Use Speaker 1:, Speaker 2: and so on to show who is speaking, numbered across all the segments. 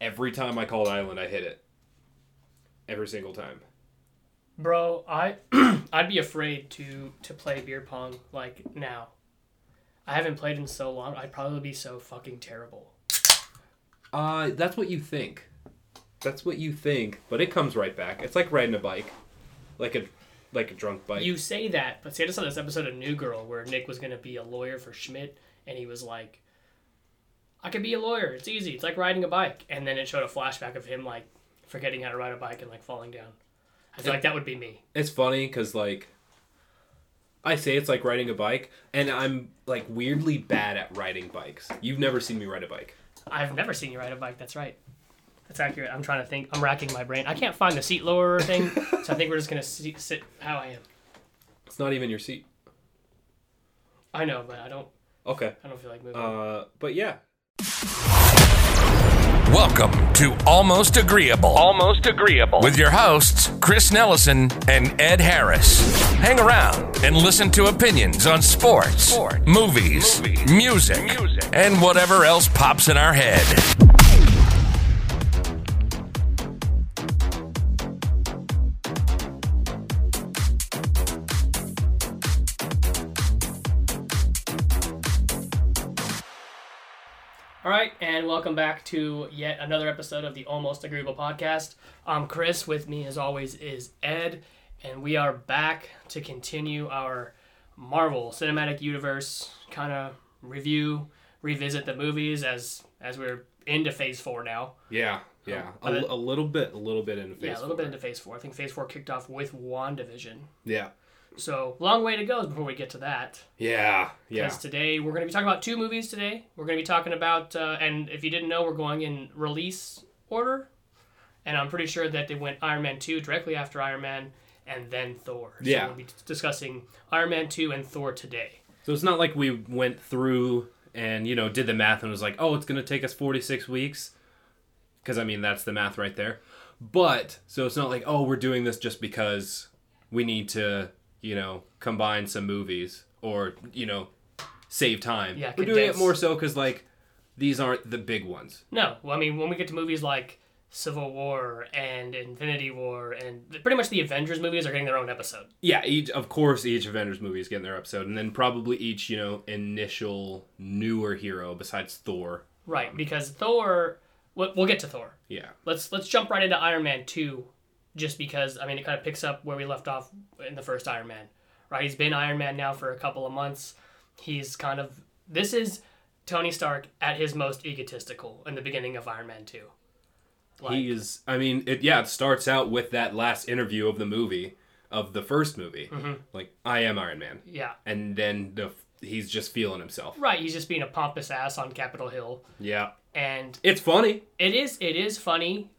Speaker 1: Every time I called Island, I hit it. Every single time.
Speaker 2: Bro, I I'd be afraid to to play beer pong like now. I haven't played in so long. I'd probably be so fucking terrible.
Speaker 1: Uh, that's what you think. That's what you think, but it comes right back. It's like riding a bike, like a like a drunk bike.
Speaker 2: You say that, but see, I just saw this episode of New Girl where Nick was gonna be a lawyer for Schmidt, and he was like, "I could be a lawyer. It's easy. It's like riding a bike." And then it showed a flashback of him like forgetting how to ride a bike and like falling down. I feel like that would be me.
Speaker 1: it's funny because like I say it's like riding a bike, and I'm like weirdly bad at riding bikes. You've never seen me ride a bike.
Speaker 2: I've never seen you ride a bike. That's right. That's accurate. I'm trying to think. I'm racking my brain. I can't find the seat lower thing, so I think we're just gonna see, sit how I am.
Speaker 1: It's not even your seat.
Speaker 2: I know, but I don't.
Speaker 1: Okay.
Speaker 2: I don't feel like moving.
Speaker 1: Uh, but yeah,
Speaker 3: Welcome to Almost Agreeable. Almost Agreeable. With your hosts, Chris Nellison and Ed Harris. Hang around and listen to opinions on sports, movies, music, and whatever else pops in our head.
Speaker 2: All right, and welcome back to yet another episode of the Almost Agreeable podcast. I'm Chris. With me, as always, is Ed, and we are back to continue our Marvel Cinematic Universe kind of review, revisit the movies as as we're into Phase Four now.
Speaker 1: yeah, yeah. A,
Speaker 2: but it-
Speaker 1: a little bit, a little bit into phase.
Speaker 2: yeah, a little
Speaker 1: four.
Speaker 2: bit into Phase Four. I think Phase Four kicked off with Wandavision,
Speaker 1: Yeah,
Speaker 2: so long way to go before we get to that.
Speaker 1: yeah, yeah.
Speaker 2: Because today we're going to be talking about two movies today. We're going to be talking about, uh, and if you didn't know, we're going in release order. And I'm pretty sure that they went Iron Man 2 directly after Iron Man and then Thor. So
Speaker 1: Yeah.
Speaker 2: we'll be discussing Iron Man 2 and Thor today.
Speaker 1: So it's not like we went through and you know did the math and was like, oh, it's gonna take us forty six weeks, because I mean that's the math right there. But so it's not like oh we're doing this just because we need to you know combine some movies or you know save time.
Speaker 2: Yeah,
Speaker 1: we're doing it
Speaker 2: condense.
Speaker 1: more so because like these aren't the big ones.
Speaker 2: No, well, I mean, when we get to movies like Civil War and Infinity War and th- pretty much the Avengers movies are getting their own episode.
Speaker 1: Yeah, each of course each Avengers movie is getting their episode, and then probably each you know initial newer hero besides Thor.
Speaker 2: Right, because Thor, we'll we'll get to Thor.
Speaker 1: Yeah,
Speaker 2: let's let's jump right into Iron Man two, just because I mean it kind of picks up where we left off in the first Iron Man, right? He's been Iron Man now for a couple of months. He's kind of this is Tony Stark at his most egotistical in the beginning of Iron Man two. Like,
Speaker 1: he is i mean it yeah it starts out with that last interview of the movie of the first movie
Speaker 2: Mm-hmm.
Speaker 1: like i am iron man
Speaker 2: yeah,
Speaker 1: and then the he's just feeling himself
Speaker 2: right. He's just being a pompous ass on Capitol Hill,
Speaker 1: yeah
Speaker 2: and
Speaker 1: it's funny
Speaker 2: it is it is funny.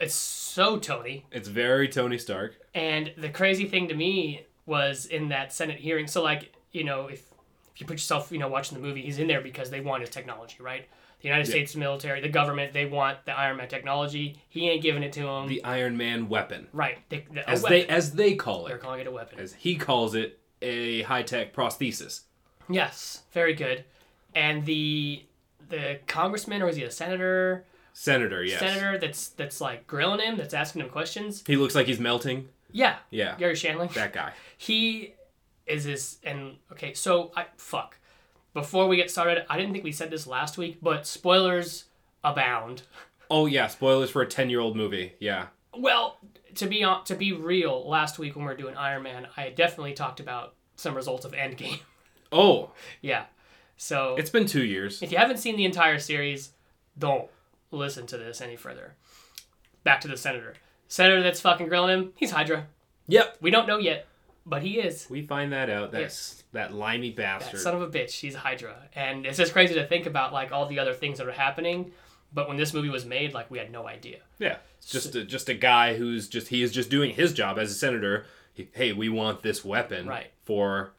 Speaker 2: It's so Tony.
Speaker 1: it's very tony stark
Speaker 2: And the crazy thing to me was in that Senate hearing. So like, you know, if if you put yourself, you know, watching the movie, he's in there because they want his technology, right? The United States military, the government, they want the Iron Man technology. He ain't giving it to them.
Speaker 1: the iron man weapon
Speaker 2: right. They, the,
Speaker 1: as
Speaker 2: a
Speaker 1: they
Speaker 2: weapon.
Speaker 1: as they call
Speaker 2: They're
Speaker 1: it
Speaker 2: calling it a weapon.
Speaker 1: as he calls it a high-tech prosthesis
Speaker 2: yes. Very good. And the the congressman or is he a senator?
Speaker 1: senator yes
Speaker 2: Senator that's that's like grilling him, that's asking him questions.
Speaker 1: he looks like he's melting
Speaker 2: Yeah.
Speaker 1: yeah
Speaker 2: Gary Shandling.
Speaker 1: that guy
Speaker 2: he is this and okay so i fuck before we get started i didn't think we said this last week but spoilers abound
Speaker 1: oh yeah spoilers for a 10-year-old movie yeah
Speaker 2: well to be on to be real last week when we were doing iron man i had definitely talked about some results of endgame
Speaker 1: oh
Speaker 2: yeah so
Speaker 1: it's been two years
Speaker 2: if you haven't seen the entire series don't listen to this any further back to the senator senator that's fucking grilling him he's hydra
Speaker 1: yep
Speaker 2: we don't know yet but he is
Speaker 1: we find that out that's
Speaker 2: Yes.
Speaker 1: that limey bastard
Speaker 2: Son of a bitch, she's Hydra. And it's just crazy to think about like all the other things that are happening. But when this movie was made, like we had no idea.
Speaker 1: Yeah, it's just a, just a guy who's just he is just doing his job as a senator. He, hey, we want this weapon
Speaker 2: Right.
Speaker 1: for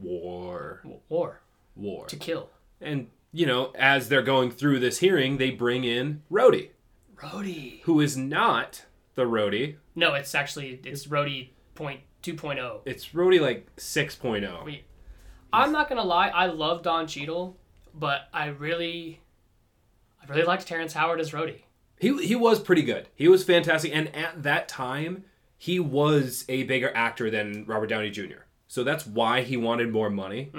Speaker 1: war,
Speaker 2: Or
Speaker 1: war,
Speaker 2: to kill.
Speaker 1: and you know as they're going through this hearing, they bring in Rhodey,
Speaker 2: Rhodey.
Speaker 1: who is not the Rhodey.
Speaker 2: No, it's actually it's Rhodey point two point oh.
Speaker 1: It's Rhodey like oh. 6.0.
Speaker 2: Wait. I'm not gonna lie, I love Don Cheadle, but I really I really liked Terrence Howard as Rhodey.
Speaker 1: He he was pretty good. He was fantastic, and at that time, he was a bigger actor than Robert Downey Jr. So that's why he wanted more money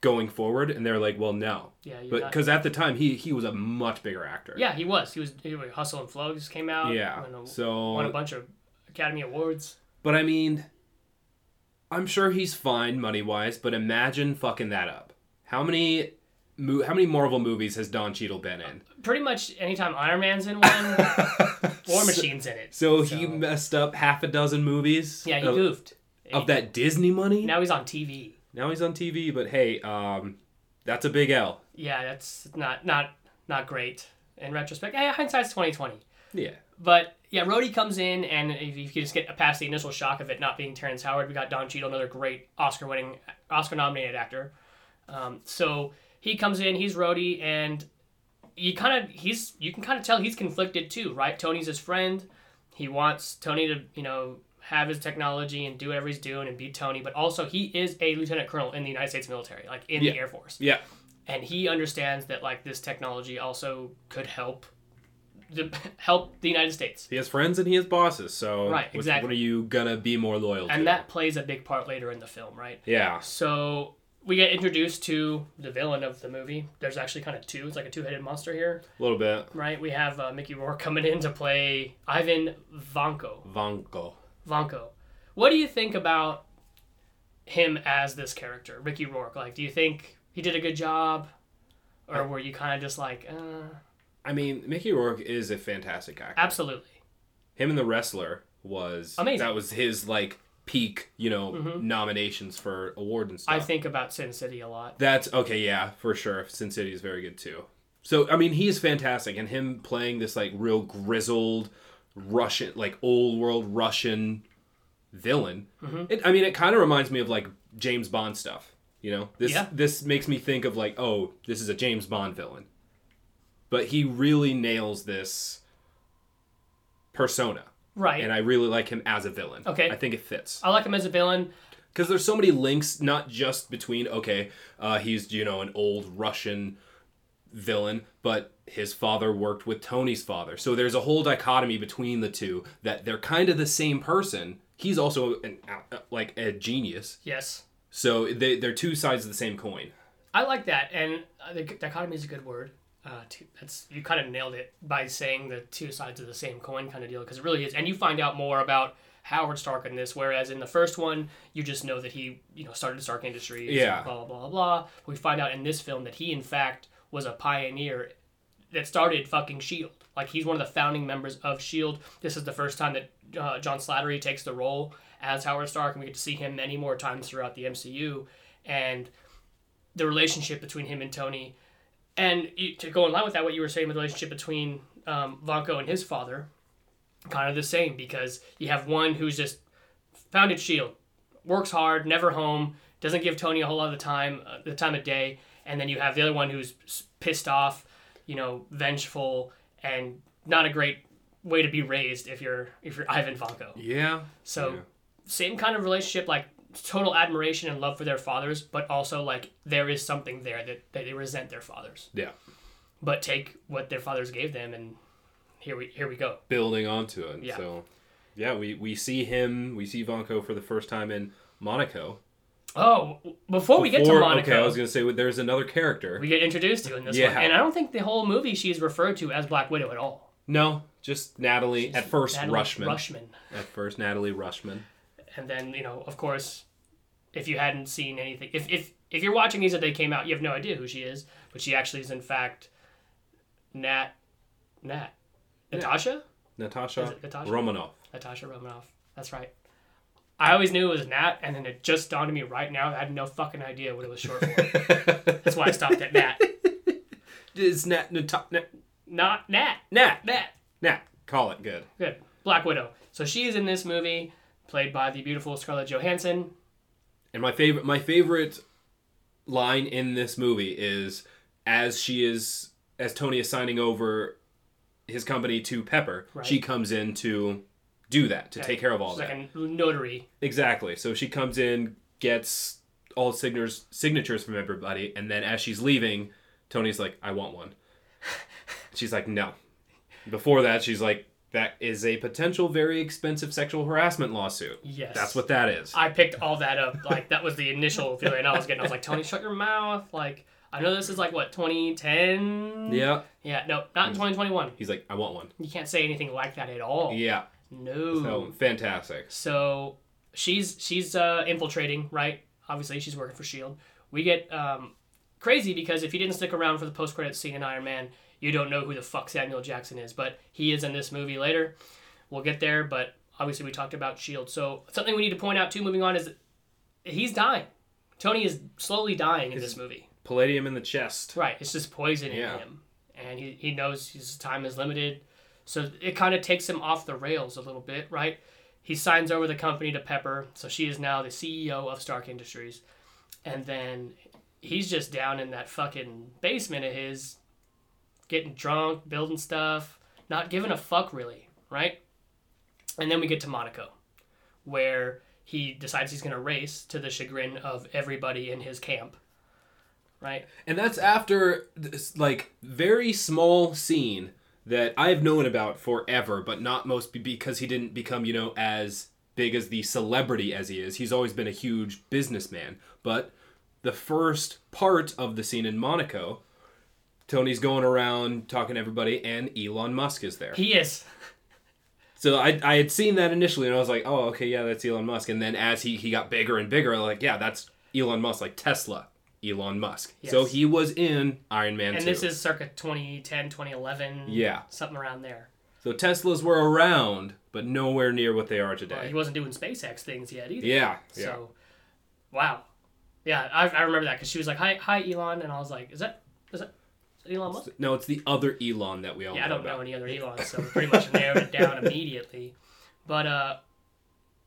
Speaker 1: going forward. And they're like, well, no,
Speaker 2: Mm-hmm. Yeah, you're
Speaker 1: but
Speaker 2: not-
Speaker 1: because at the time he he was a much bigger actor.
Speaker 2: Yeah, he was. He was. He was Hustle and Flow just came out.
Speaker 1: Yeah,
Speaker 2: won a-
Speaker 1: so-
Speaker 2: won a bunch of Academy Awards.
Speaker 1: But I mean, I'm sure he's fine money wise. But imagine fucking that up. How many, mo- how many Marvel movies has Don Cheadle been in?
Speaker 2: Pretty much anytime Iron Man's in one, War Machine's in it.
Speaker 1: So, he messed up half a dozen movies.
Speaker 2: yeah, he
Speaker 1: of,
Speaker 2: goofed.
Speaker 1: of that Disney money.
Speaker 2: Now he's on TV.
Speaker 1: Now he's on TV, but hey, um, that's a big L.
Speaker 2: Yeah, that's not not not great in retrospect. Hey, hindsight's twenty twenty.
Speaker 1: Yeah.
Speaker 2: But yeah, Rhodey comes in, and if you could just get past the initial shock of it not being Terrence Howard, we got Don Cheadle, another great Oscar-winning, Oscar-nominated actor. Um, so he comes in, he's Rhodey, and you kind of he's you can kind of tell he's conflicted too, right? Tony's his friend. He wants Tony to you know have his technology and do whatever he's doing and be Tony, but also he is a lieutenant colonel in the United States military, like in
Speaker 1: Yeah.
Speaker 2: the Air Force
Speaker 1: Yeah.
Speaker 2: and he understands that like this technology also could help the help the United States.
Speaker 1: He has friends and he has bosses, so
Speaker 2: Right,
Speaker 1: which-
Speaker 2: exactly.
Speaker 1: what are you gonna be more loyal to?
Speaker 2: And that plays a big part later in the film, right?
Speaker 1: Yeah.
Speaker 2: So we get introduced to the villain of the movie. There's actually kind of two. It's like a two-headed monster here,
Speaker 1: A little bit.
Speaker 2: right? We have uh, Mickey Rourke coming in to play Ivan Vanko.
Speaker 1: Vanko.
Speaker 2: Vanko. What do you think about him as this character, Ricky Rourke? Like, do you think he did a good job, or were you kind of just like, uh,
Speaker 1: I mean, Mickey Rourke is a fantastic actor.
Speaker 2: absolutely?
Speaker 1: Him and the wrestler was
Speaker 2: Amazing. Mm-hmm.
Speaker 1: That was his like peak, you know, nominations for awards and stuff.
Speaker 2: I think about Sin City a lot.
Speaker 1: That's okay, yeah, for sure. Sin City is very good too. So I mean, he's fantastic, and him playing this like real grizzled Russian, like old world Russian villain.
Speaker 2: Mm-hmm.
Speaker 1: It, I mean, it kind of reminds me of like James Bond stuff. You know, this
Speaker 2: Yeah.
Speaker 1: this makes me think of like, oh, this is a James Bond villain, but he really nails this persona,
Speaker 2: Right.
Speaker 1: and I really like him as a villain.
Speaker 2: Okay.
Speaker 1: I think it fits
Speaker 2: I like him as a villain.
Speaker 1: because there's so many links not just between okay uh, he's you know an old russian villain but his father worked with tony's father so there's a whole dichotomy between the two that they're kind of the same person he's also an out- like a genius
Speaker 2: Yes.
Speaker 1: so they, they're two sides of the same coin
Speaker 2: I like that, and uh, the dichotomy is a good word. Uh, two, that's you kind of nailed it by saying the two sides of the same coin kind of deal because it really is, and you find out more about Howard Stark in this, whereas in the first one you just know that he you know started Stark Industries,
Speaker 1: Yeah.
Speaker 2: blah blah blah blah. We find out in this film that he in fact was a pioneer that started fucking Shield. E Like he's one of the founding members of Shield. E This is the first time that uh, John Slattery takes the role as Howard Stark, and we get to see him many more times throughout the MCU. And the relationship between him and Tony, and you, to go in line with that, what you were saying, with the relationship between um, Vanko and his father, kind of the same because you have one who's just founded Shield, E works hard, never home, doesn't give Tony a whole lot of the time, uh, the time of day, and then you have the other one who's s- pissed off, you know, vengeful, and not a great way to be raised if you're if you're Ivan Vanko.
Speaker 1: yeah
Speaker 2: So same kind of relationship, like total admiration and love for their fathers, but also like there is something there that, that they resent their fathers.
Speaker 1: yeah
Speaker 2: But take what their fathers gave them and here we here we go.
Speaker 1: building onto it
Speaker 2: Yeah.
Speaker 1: so yeah we, we see him we see Vonko for the first time in monaco
Speaker 2: Oh, before, we get to
Speaker 1: Or-
Speaker 2: Monaco,
Speaker 1: okay i was gonna say there's another character
Speaker 2: we get introduced to in this
Speaker 1: Yeah.
Speaker 2: one. And I don't think the whole movie she's referred to as Black Widow at all.
Speaker 1: no just natalie at first
Speaker 2: Natalie
Speaker 1: rushman
Speaker 2: Rushman.
Speaker 1: At first, Natalie Rushman.
Speaker 2: And then, you know, of course, if you hadn't seen anything, if if if you're watching these that they came out, you have no idea who she is, but she actually is in fact Nat Nat Natasha? Is
Speaker 1: Natasha,
Speaker 2: it Natasha?
Speaker 1: Romanoff.
Speaker 2: Natasha Romanoff. That's right. I always knew it was Nat, and then it just dawned on me right now. I had no fucking idea what it was short for. That's why I stopped at Nat.
Speaker 1: It's Nat, Nat, Nat,
Speaker 2: Not Nat.
Speaker 1: Nat,
Speaker 2: Nat.
Speaker 1: Nat. Call it good.
Speaker 2: Good. Black Widow. So she's in this movie, played by the beautiful Scarlett Johansson.
Speaker 1: And my favorite, my favorite line in this movie is as she is, as Tony is signing over his company to Pepper, she comes in to do that, to take care of all
Speaker 2: She's
Speaker 1: that.
Speaker 2: like a notary.
Speaker 1: Exactly. So she comes in, gets all signers signatures from everybody, and then as she's leaving, Tony's like, "I want one." She's like, no. Before that, she's like, that is a potential very expensive sexual harassment lawsuit.
Speaker 2: Yes.
Speaker 1: That's what that is.
Speaker 2: I picked all that up. Like that was the initial feeling I was getting. I was like, Tony, shut your mouth. Like I know this is like what 2010.
Speaker 1: yeah. Mm.
Speaker 2: Yeah. No, not in 2021.
Speaker 1: He's like, I want one.
Speaker 2: You can't say anything like that at all.
Speaker 1: Yeah.
Speaker 2: No.
Speaker 1: So fantastic.
Speaker 2: So she's she's uh, infiltrating, right? Obviously, she's working for Shield. E We get um, crazy because if you didn't stick around for the post credits scene in Iron Man, you don't know who the fuck Samuel Jackson is, but he is in this movie later. We'll get there, but obviously we talked about Shield. E So something we need to point out too, moving on, is he's dying. Tony is slowly dying in this movie.
Speaker 1: Palladium in the chest.
Speaker 2: Right. It's just poisoning
Speaker 1: Yeah.
Speaker 2: him. And he, he knows his time is limited. So it kind of takes him off the rails a little bit, right? He signs over the company to Pepper. So she is now the CEO of Stark Industries. And then he's just down in that fucking basement of his, getting drunk, building stuff, not giving a fuck really, right? And then we get to Monaco, where he decides he's going to race to the chagrin of everybody in his camp, right?
Speaker 1: And that's after this like very small scene that I've known about forever, but not most be- because he didn't become, you know, as big as the celebrity as he is. He's always been a huge businessman. But the first part of the scene in Monaco, Tony's going around talking to everybody and Elon Musk is there.
Speaker 2: He is.
Speaker 1: So I, I had seen that initially and I was like, oh, okay, yeah, that's Elon Musk. And then as he, he got bigger and bigger, I'm like, yeah, that's Elon Musk, like Tesla, Elon Musk. So
Speaker 2: Yes.
Speaker 1: he was in Iron Man 2.
Speaker 2: and this is circa 2010 2011
Speaker 1: Yeah.
Speaker 2: something around there
Speaker 1: so Teslas were around, but nowhere near what they are
Speaker 2: But
Speaker 1: today.
Speaker 2: Uh, he wasn't doing spacex things yet either
Speaker 1: yeah, yeah.
Speaker 2: so wow yeah i, I remember that because she was like hi hi elon and i was like is that is that is that elon Musk?
Speaker 1: No, it's the other Elon that we all
Speaker 2: yeah i
Speaker 1: know
Speaker 2: don't know
Speaker 1: about.
Speaker 2: any other elon so we pretty much narrowed it down immediately but uh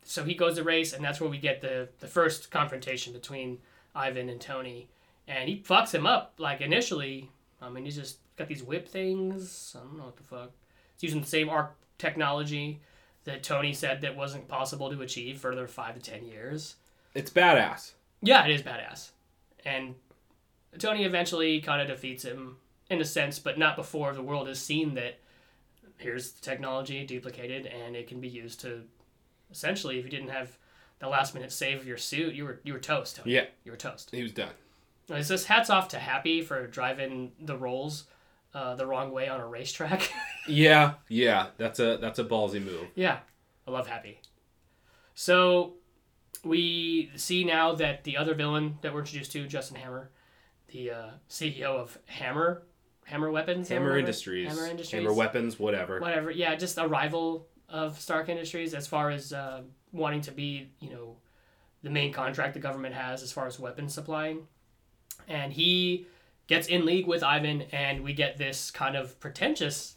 Speaker 2: so he goes to race and that's where we get the the first confrontation between ivan and tony and he fucks him up like initially i mean he's just got these whip things i don't know what the fuck It's using the same arc technology that Tony said that wasn't possible to achieve for another five to ten years.
Speaker 1: It's badass.
Speaker 2: Yeah, it is badass. And Tony eventually kind of defeats him in a sense, but not before the world has seen that here's the technology duplicated and it can be used to essentially if you didn't have the last minute save of your suit, you were you were toast, Tony.
Speaker 1: Yeah.
Speaker 2: You were toast.
Speaker 1: He was done.
Speaker 2: Is this hats off to Happy for driving the rolls uh, the wrong way on a racetrack?
Speaker 1: Yeah, yeah. That's a that's a ballsy move.
Speaker 2: Yeah, I love Happy. So we see now that the other villain that we're introduced to, Justin Hammer, the uh, CEO of Hammer, Hammer Weapons, or
Speaker 1: Hammer
Speaker 2: whatever?
Speaker 1: Industries.
Speaker 2: Hammer Industries,
Speaker 1: Hammer weapons, whatever.
Speaker 2: whatever. Yeah, just a rival of Stark Industries as far as uh, wanting to be, you know, the main contract the government has as far as weapons supplying. And he gets in league with Ivan, and we get this kind of pretentious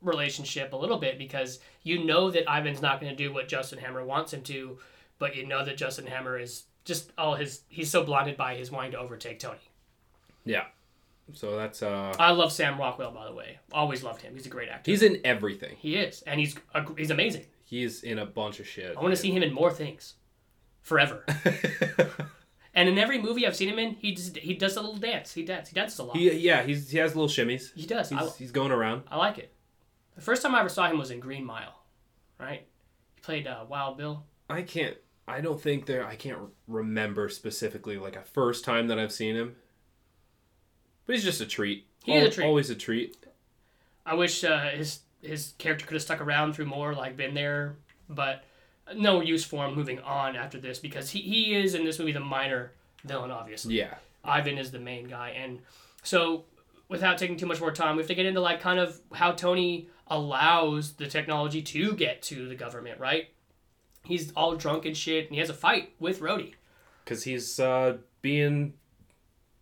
Speaker 2: relationship a little bit because you know that Ivan's not going to do what Justin Hammer wants him to, but you know that Justin Hammer is just all his, he's so blinded by his wanting to overtake Tony.
Speaker 1: Yeah. So that's uh
Speaker 2: I love Sam Rockwell, by the way. Always loved him. He's a great actor.
Speaker 1: he's in everything.
Speaker 2: He is, and he's a- he's amazing.
Speaker 1: He's in a bunch of shit.
Speaker 2: I want to see him in more things, forever. and in every movie I've seen him in, he just, he does a little dance. He dances. He dances a lot. He,
Speaker 1: He, yeah, he's, he has little shimmies.
Speaker 2: does. I,
Speaker 1: He's, he's going around.
Speaker 2: I like it. The first time I ever saw him was in Green Mile, right? He played uh, Wild Bill.
Speaker 1: I can't. I don't think there. I can't remember specifically like a first time that I've seen him. But he's just a treat.
Speaker 2: He is a treat.
Speaker 1: Always a treat.
Speaker 2: I wish uh, his his character could have stuck around through more, like been there, but no use for him moving on after this because he, he is in this movie the minor villain, obviously.
Speaker 1: Yeah.
Speaker 2: Ivan is the main guy. And so, without taking too much more time, we have to get into like kind of how Tony allows the technology to get to the government, right? He's all drunk and shit, and he has a fight with Rhodey.
Speaker 1: Because he's uh, being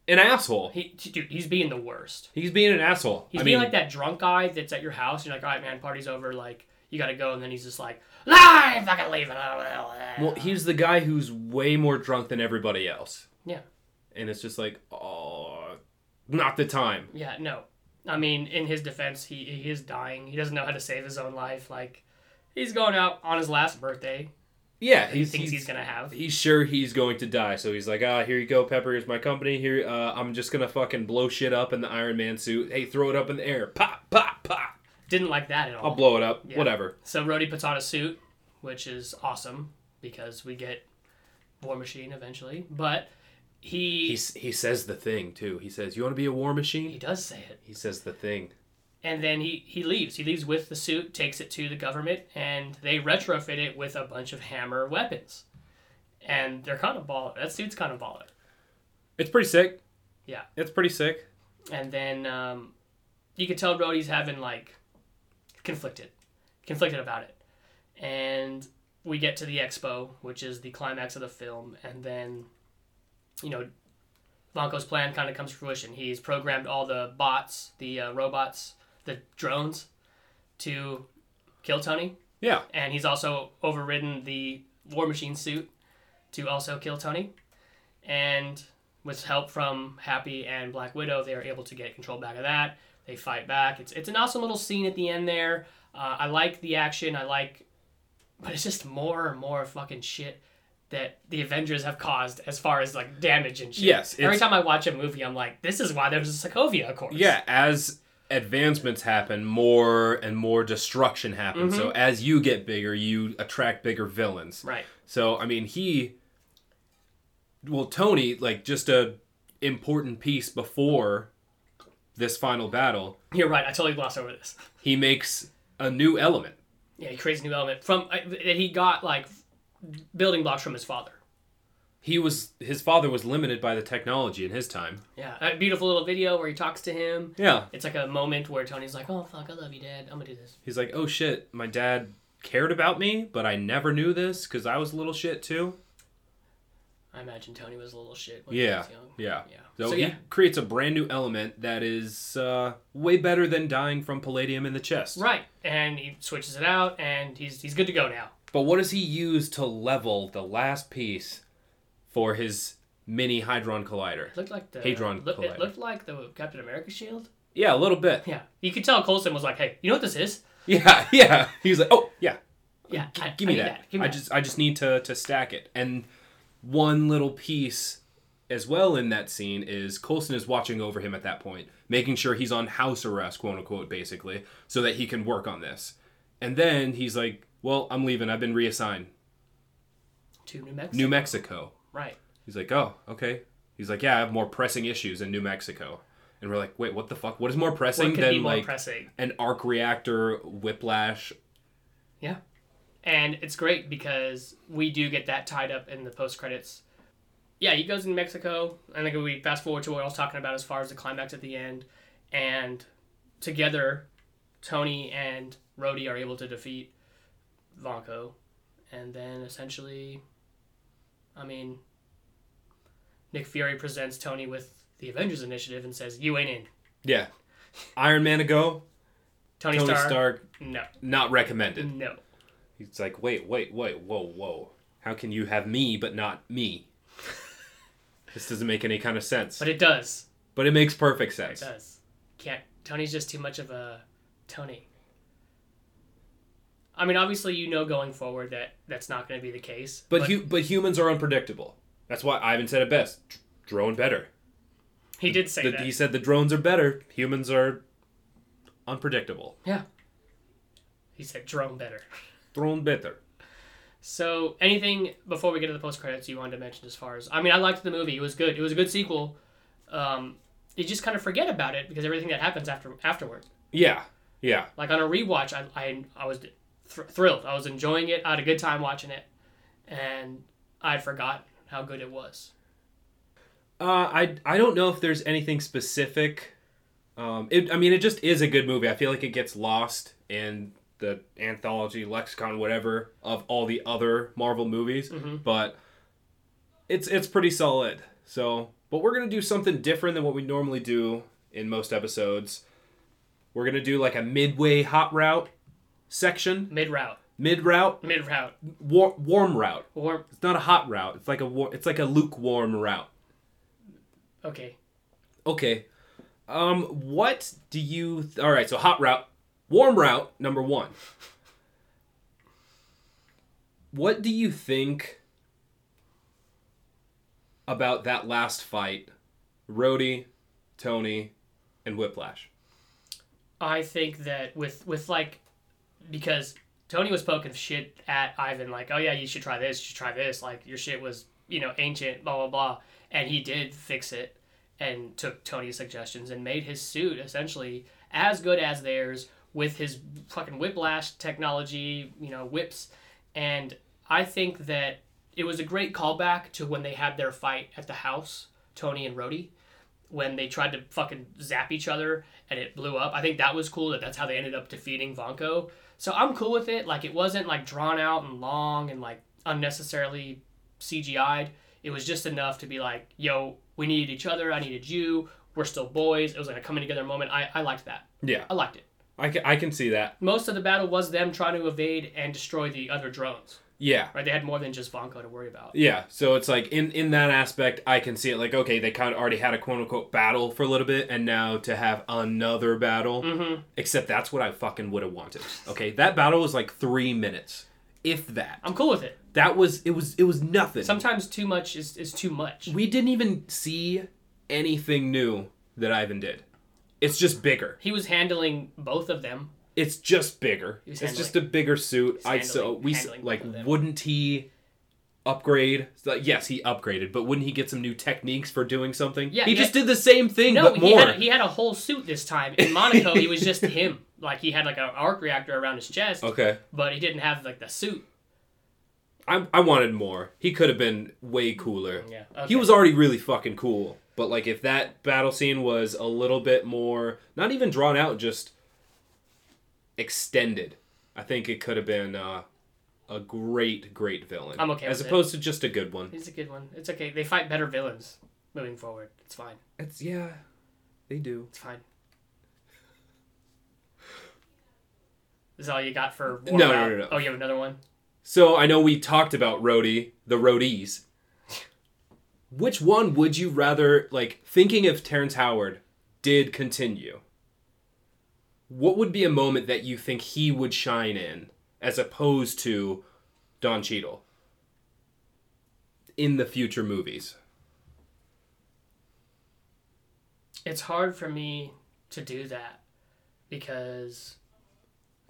Speaker 1: an asshole.
Speaker 2: He, dude, he's being the worst.
Speaker 1: He's being an asshole.
Speaker 2: He's
Speaker 1: I
Speaker 2: being
Speaker 1: mean,
Speaker 2: like that drunk guy that's at your house. You're like, all right, man, party's over. Like, you gotta go. And then he's just like, live, fucking leave it.
Speaker 1: well, he's the guy who's way more drunk than everybody else,
Speaker 2: Yeah.
Speaker 1: and it's just like, oh, not the time.
Speaker 2: Yeah, no. I mean, in his defense, he he is dying. He doesn't know how to save his own life. Like, he's going out on his last birthday,
Speaker 1: Yeah, he's,
Speaker 2: thinks he's
Speaker 1: he's-
Speaker 2: gonna have.
Speaker 1: He's sure he's going to die, so he's like, ah, here you go, Pepper. Here's my company. Here, uh, I'm just gonna fucking blow shit up in the Iron Man suit. Hey, throw it up in the air. Pop, pop, pop.
Speaker 2: Didn't like that at all.
Speaker 1: I'll blow it up.
Speaker 2: Yeah.
Speaker 1: Whatever.
Speaker 2: So Rhodey puts on a suit, which is awesome because we get War Machine eventually. But he
Speaker 1: He he says the thing too. He says, "You want to be a war
Speaker 2: he
Speaker 1: machine?"
Speaker 2: does say it,
Speaker 1: He says the thing.
Speaker 2: and then he he leaves. He leaves with the suit, takes it to the government, and they retrofit it with a bunch of hammer weapons. And they're kind of baller. That suit's kind of baller.
Speaker 1: It's pretty sick.
Speaker 2: Yeah.
Speaker 1: it's pretty sick.
Speaker 2: and then um, you could tell Brody's having like conflicted, conflicted about it. And we get to the expo, which is the climax of the film, and then, you know, Vanko's plan kind of comes to fruition. He's programmed all the bots, the uh, robots, the drones, to kill Tony,
Speaker 1: Yeah,
Speaker 2: and he's also overridden the war machine suit to also kill Tony. And with help from Happy and Black Widow, they are able to get control back of that. They fight back. It's it's an awesome little scene at the end there. Uh, I like the action. I like, but it's just more and more fucking shit that the Avengers have caused as far as like damage and shit.
Speaker 1: Yes,
Speaker 2: Every
Speaker 1: it's-
Speaker 2: time I watch a movie, I'm like, this is why there's a Sokovia Accord.
Speaker 1: yeah. As advancements happen, more and more destruction happens. So
Speaker 2: Mm-hmm.
Speaker 1: as you get bigger, you attract bigger villains.
Speaker 2: Right.
Speaker 1: So I mean, he, well, Tony, like just a important piece before this final battle,
Speaker 2: You're right. I totally glossed over this.
Speaker 1: he makes a new element.
Speaker 2: Yeah, he creates a new element from uh, that he got like building blocks from his father.
Speaker 1: He was his father was limited by the technology in his time.
Speaker 2: Yeah, that beautiful little video where he talks to him.
Speaker 1: Yeah,
Speaker 2: It's like a moment where Tony's like, "Oh fuck, I love you, Dad. I'm gonna do this."
Speaker 1: he's like, oh shit, my dad cared about me, but I never knew this because I was a little shit too.
Speaker 2: I imagine Tony was a little shit when he
Speaker 1: Yeah,
Speaker 2: was young.
Speaker 1: yeah,
Speaker 2: Yeah.
Speaker 1: So,
Speaker 2: So,
Speaker 1: he
Speaker 2: yeah.
Speaker 1: creates a brand new element that is uh, way better than dying from palladium in the chest.
Speaker 2: Right, and he switches it out, and he's he's good to go now.
Speaker 1: But what does he use to level the last piece for his mini Hydron Collider?
Speaker 2: It looked like the
Speaker 1: Hadron
Speaker 2: look-
Speaker 1: Collider.
Speaker 2: It looked like the Captain America shield.
Speaker 1: Yeah, a little bit.
Speaker 2: Yeah, you could tell Colson was like, "Hey, you know what this is?
Speaker 1: Yeah, yeah. He's like, oh yeah,
Speaker 2: Yeah, I-
Speaker 1: give
Speaker 2: I
Speaker 1: me
Speaker 2: need
Speaker 1: that.
Speaker 2: Give me
Speaker 1: I just, I just need to to stack it. And one little piece as well in that scene is Colson is watching over him at that point, making sure he's on house arrest, quote unquote, basically, so that he can work on this. And then he's like, well, I'm leaving. I've been reassigned
Speaker 2: to New Mexico."
Speaker 1: New Mexico.
Speaker 2: right.
Speaker 1: He's like, oh, okay. He's like, yeah, I have more pressing issues in New Mexico. And we're like, wait, what the fuck? What is more pressing
Speaker 2: What could
Speaker 1: than
Speaker 2: be more
Speaker 1: like
Speaker 2: pressing?
Speaker 1: an arc reactor whiplash?
Speaker 2: Yeah. And it's great because we do get that tied up in the post credits. Yeah, he goes in Mexico, and then we fast forward to what I was talking about as far as the climax at the end, and together, Tony and Rhodey are able to defeat Vanko, and then essentially, I mean, Nick Fury presents Tony with the Avengers Initiative and says, "You ain't in."
Speaker 1: Yeah, Iron Man to go.
Speaker 2: Tony,
Speaker 1: Tony
Speaker 2: Stark,
Speaker 1: Stark
Speaker 2: Mm. no,
Speaker 1: not recommended.
Speaker 2: no.
Speaker 1: He's like, wait, wait, wait, whoa, whoa. How can you have me but not me? this doesn't make any kind of sense.
Speaker 2: But it does.
Speaker 1: But it makes perfect sense.
Speaker 2: does. Can't. Tony's just too much of a Tony. I mean, obviously, you know going forward that that's not going to be the case.
Speaker 1: But hu- but humans are unpredictable. That's why Ivan said it best. "Dr- Drone better.
Speaker 2: he did say
Speaker 1: The-
Speaker 2: that.
Speaker 1: he said the drones are better. Humans are unpredictable.
Speaker 2: yeah. He said drone better.
Speaker 1: Drone better.
Speaker 2: So, anything before we get to the post credits you wanted to mention as far as I mean, I liked the movie. It was good. It was a good sequel. Um, you just kind of forget about it because everything that happens after afterward.
Speaker 1: Yeah, yeah.
Speaker 2: Like on a rewatch, I I, I was thr- thrilled. I was enjoying it. I had a good time watching it, and I forgot how good it was.
Speaker 1: Uh, I I don't know if there's anything specific. Um, it, I mean, it just is a good movie. I feel like it gets lost in the anthology, lexicon, whatever of all the other Marvel movies, but it's it's pretty solid. So, but we're gonna do something different than what we normally do in most episodes. We're gonna do like a midway hot route section,
Speaker 2: Mid route.
Speaker 1: mid route,
Speaker 2: Mid route.
Speaker 1: war, warm route.
Speaker 2: Warm.
Speaker 1: It's not a hot route. It's like a war, it's like a lukewarm route.
Speaker 2: Okay.
Speaker 1: Okay. Um, what do you? Th- All right. So hot route, warm route number one. What do you think about that last fight, Rhodey, Tony, and Whiplash?
Speaker 2: I think that with with like because Tony was poking shit at Ivan like, "Oh yeah, you should try this, you should try this. Like your shit was, you know, ancient, blah blah blah." And he did fix it and took Tony's suggestions and made his suit essentially as good as theirs with his fucking whiplash technology, you know, whips. And I think that it was a great callback to when they had their fight at the house, Tony and Rhodey when they tried to fucking zap each other and it blew up. I think that was cool that that's how they ended up defeating Vonko. So I'm cool with it. Like it wasn't like drawn out and long and like unnecessarily CGI'd. It was just enough to be like, yo, we needed each other. I needed you. We're still boys. It was like a coming together moment. I, I liked that.
Speaker 1: Yeah,
Speaker 2: I liked it.
Speaker 1: I can, I can see that.
Speaker 2: Most of the battle was them trying to evade and destroy the other drones.
Speaker 1: Yeah.
Speaker 2: Right? They had more than just Vonko to worry about.
Speaker 1: Yeah, so it's like in in that aspect, I can see it. Like, okay, they kind of already had a quote unquote battle for a little bit, and now to have another battle, except that's what I fucking would have wanted. Okay, that battle was like three minutes, if that.
Speaker 2: I'm cool with it.
Speaker 1: That was it was it was nothing.
Speaker 2: Sometimes too much is, is too much.
Speaker 1: we didn't even see anything new that Ivan did. It's just bigger.
Speaker 2: He was handling both of them
Speaker 1: It's just bigger. It's
Speaker 2: handling-
Speaker 1: just a bigger suit. I so
Speaker 2: handling-
Speaker 1: we s-
Speaker 2: handling
Speaker 1: like
Speaker 2: both of them.
Speaker 1: wouldn't he upgrade? It's Like yes, he upgraded, but wouldn't he get some new techniques for doing something?
Speaker 2: Yeah,
Speaker 1: he
Speaker 2: yeah.
Speaker 1: just did the same thing
Speaker 2: No,
Speaker 1: but
Speaker 2: he
Speaker 1: more.
Speaker 2: had he had a whole suit this time. In Monaco, he was just him. Like he had like an arc reactor around his chest.
Speaker 1: okay,
Speaker 2: But he didn't have like the suit.
Speaker 1: I I wanted more. He could have been way cooler.
Speaker 2: Yeah, okay.
Speaker 1: he was already really fucking cool. But like if that battle scene was a little bit more, not even drawn out, just extended, I think it could have been uh, a great, great villain.
Speaker 2: I'm okay
Speaker 1: as
Speaker 2: with it.
Speaker 1: opposed to just a good one.
Speaker 2: He's a good one. It's okay. They fight better villains moving forward. It's fine.
Speaker 1: It's yeah, they do.
Speaker 2: It's fine. Is that all you got for
Speaker 1: No,
Speaker 2: warm
Speaker 1: no,
Speaker 2: out?
Speaker 1: no, no.
Speaker 2: Oh, you have another one?
Speaker 1: So I know we talked about Rhodey, the Rhodees. Which one would you rather like thinking if Terrence Howard did continue? What would be a moment that you think he would shine in as opposed to Don Cheadle in the future movies?
Speaker 2: it's hard for me to do that because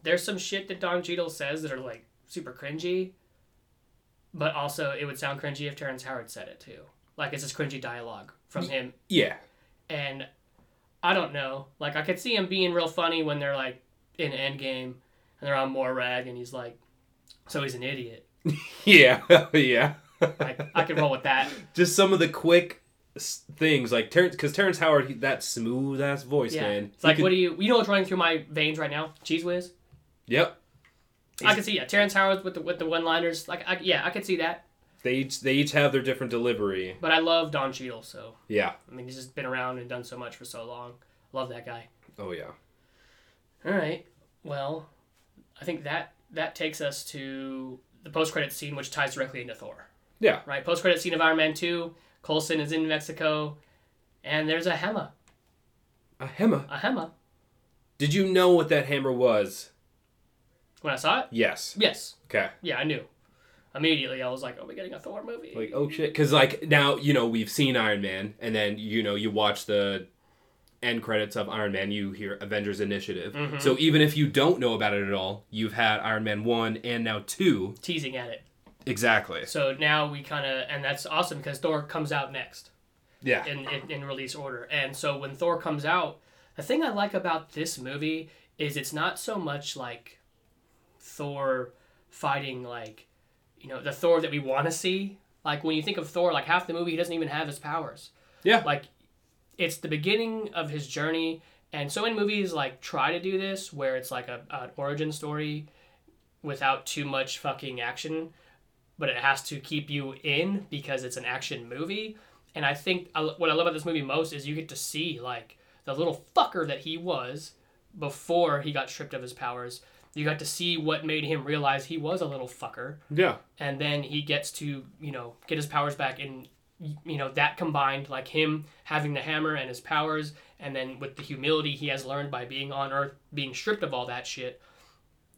Speaker 2: there's some shit that Don Cheadle says that are like super cringy, but also it would sound cringy if Terrence Howard said it too. Like it's just cringy dialogue from him,
Speaker 1: Yeah.
Speaker 2: and I don't know. Like I could see him being real funny when they're like in Endgame and they're on Morag, and he's like, "So he's an idiot."
Speaker 1: Yeah. yeah.
Speaker 2: Like I could roll with that.
Speaker 1: Just some of the quick s- things like Terrence cuz Terrence Howard he, that smooth ass voice,
Speaker 2: Yeah,
Speaker 1: man.
Speaker 2: it's like
Speaker 1: He could-
Speaker 2: what do you? You know what's running through my veins right now? Cheese whiz.
Speaker 1: Yep.
Speaker 2: I could see yeah, Terrence Howard with the with the one liners. Like I, yeah, I could see that.
Speaker 1: They each they each have their different delivery.
Speaker 2: But I love Don Cheadle. So
Speaker 1: Yeah.
Speaker 2: I mean, he's just been around and done so much for so long. Love that guy.
Speaker 1: Oh yeah.
Speaker 2: All right. Well, I think that that takes us to the post credit scene, which ties directly into Thor.
Speaker 1: Yeah.
Speaker 2: Right. Post credit scene of Iron Man Two. Coulson is in Mexico, and there's a Hema.
Speaker 1: A hammer.
Speaker 2: A Hema.
Speaker 1: Uh, Did you know what that hammer was?
Speaker 2: When I saw it,
Speaker 1: Yes.
Speaker 2: yes,
Speaker 1: Okay.
Speaker 2: yeah, I knew. Immediately, I was like, "Are we getting a Thor movie?"
Speaker 1: Like oh shit, because like now you know we've seen Iron Man, and then you know you watch the end credits of Iron Man, you hear Avengers Initiative. So even if you don't know about it at all, you've had Iron Man one and now two.
Speaker 2: Teasing at it.
Speaker 1: Exactly.
Speaker 2: So now we kind of, and that's awesome because Thor comes out next.
Speaker 1: Yeah.
Speaker 2: in, in, in release order. And so when Thor comes out, the thing I like about this movie is it's not so much like Thor fighting like you know the Thor that we want to see. Like when you think of Thor, like half the movie he doesn't even have his powers.
Speaker 1: Yeah.
Speaker 2: Like it's the beginning of his journey. And so in movies like try to do this where it's like a an origin story without too much fucking action but it has to keep you in because it's an action movie. And I think I, what I love about this movie most is you get to see like the little fucker that he was before he got stripped of his powers. You got to see what made him realize he was a little fucker,
Speaker 1: yeah.
Speaker 2: and then he gets to you know get his powers back and you know that combined like him having the hammer and his powers and then with the humility he has learned by being on earth being stripped of all that shit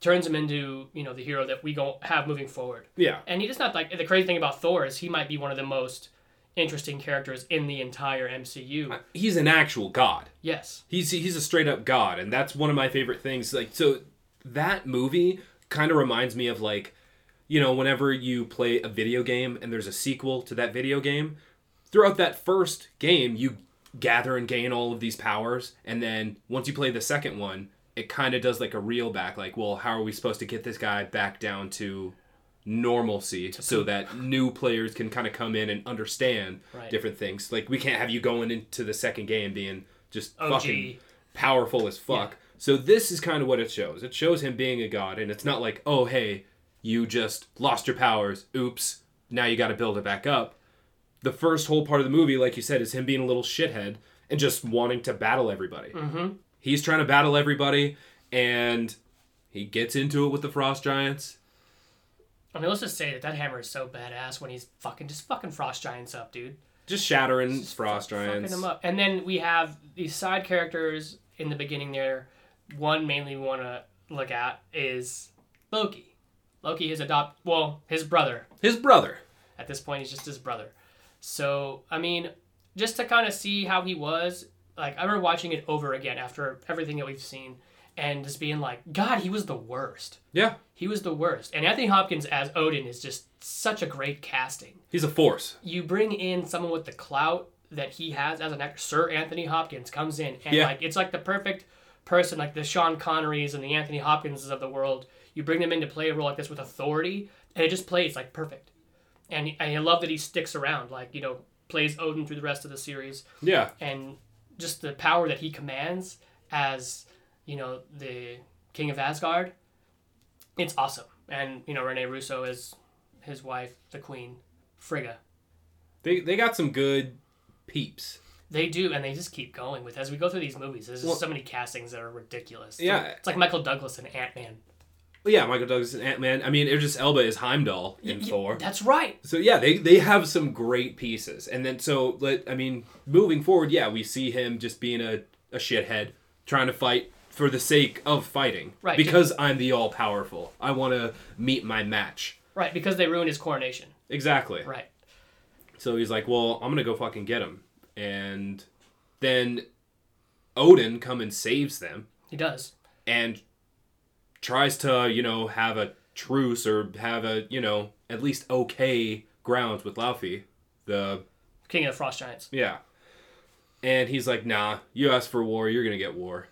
Speaker 2: turns him into you know the hero that we go have moving forward.
Speaker 1: Yeah.
Speaker 2: And he just not like the crazy thing about Thor is he might be one of the most interesting characters in the entire MCU.
Speaker 1: He's an actual god.
Speaker 2: yes.
Speaker 1: He's he's a straight up god, and that's one of my favorite things. Like so, that movie kind of reminds me of like, you know, whenever you play a video game and there's a sequel to that video game, throughout that first game you gather and gain all of these powers, and then once you play the second one, it kind of does like a reel back. Like, well, how are we supposed to get this guy back down to normalcy so that new players can kind of come in and understand
Speaker 2: Right.
Speaker 1: different things. Like we can't have you going into the second game being just
Speaker 2: OG.
Speaker 1: fucking powerful as fuck. So this is kind of what it shows. It shows him being a god, and it's not like, oh hey, you just lost your powers. Oops, now you got to build it back up. The first whole part of the movie, like you said, is him being a little shithead and just wanting to battle everybody. Mm-hmm. He's trying to battle everybody, and he gets into it with the frost giants.
Speaker 2: I mean, let's just say that that hammer is so badass when he's fucking just fucking frost giants up, dude.
Speaker 1: Just shattering frost
Speaker 2: Fucking
Speaker 1: giants.
Speaker 2: them up. And then we have these side characters in the beginning there. One mainly we want to look at is Loki. Loki, his adopt, well, his brother.
Speaker 1: His brother.
Speaker 2: At this point, he's just his brother. So, I mean, just to kind of see how he was, like, I remember watching it over again after everything that we've seen and just being like, God, he was the worst.
Speaker 1: Yeah,
Speaker 2: He was the worst. And Anthony Hopkins as Odin is just such a great casting.
Speaker 1: he's a force.
Speaker 2: You bring in someone with the clout that he has as an actor. Sir Anthony Hopkins comes in and
Speaker 1: Yeah.
Speaker 2: like it's like the perfect person, like the Sean Connerys and the Anthony Hopkinses of the world. You bring them in to play a role like this with authority, and it just plays like perfect. And, and I love that he sticks around, like you know, plays Odin through the rest of the series
Speaker 1: Yeah,
Speaker 2: and just the power that he commands as you know the king of Asgard, it's awesome. And you know Rene Russo is his wife, the queen, Frigga.
Speaker 1: They they got some good peeps.
Speaker 2: They do, and they just keep going with as we go through these movies. There's just so many castings that are ridiculous.
Speaker 1: Yeah.
Speaker 2: it's like Michael Douglas and Ant Man.
Speaker 1: Well, yeah, Michael Douglas and Ant Man. I mean, Idris Elba is Heimdall in Thor.
Speaker 2: That's right.
Speaker 1: So yeah, they they have some great pieces. And then so let I mean, moving forward, yeah, we see him just being a a shithead trying to fight for the sake of fighting.
Speaker 2: Right.
Speaker 1: Because I'm the all powerful. I want to meet my match.
Speaker 2: Right, because they ruined his coronation.
Speaker 1: Exactly.
Speaker 2: Right.
Speaker 1: So he's like, "Well, I'm gonna go fucking get him," and then Odin come and saves them.
Speaker 2: He does.
Speaker 1: and tries to you know have a truce or have a you know at least okay grounds with Laufey, the
Speaker 2: King of the Frost Giants.
Speaker 1: yeah, and he's like, nah, you asked for war, you're gonna get war.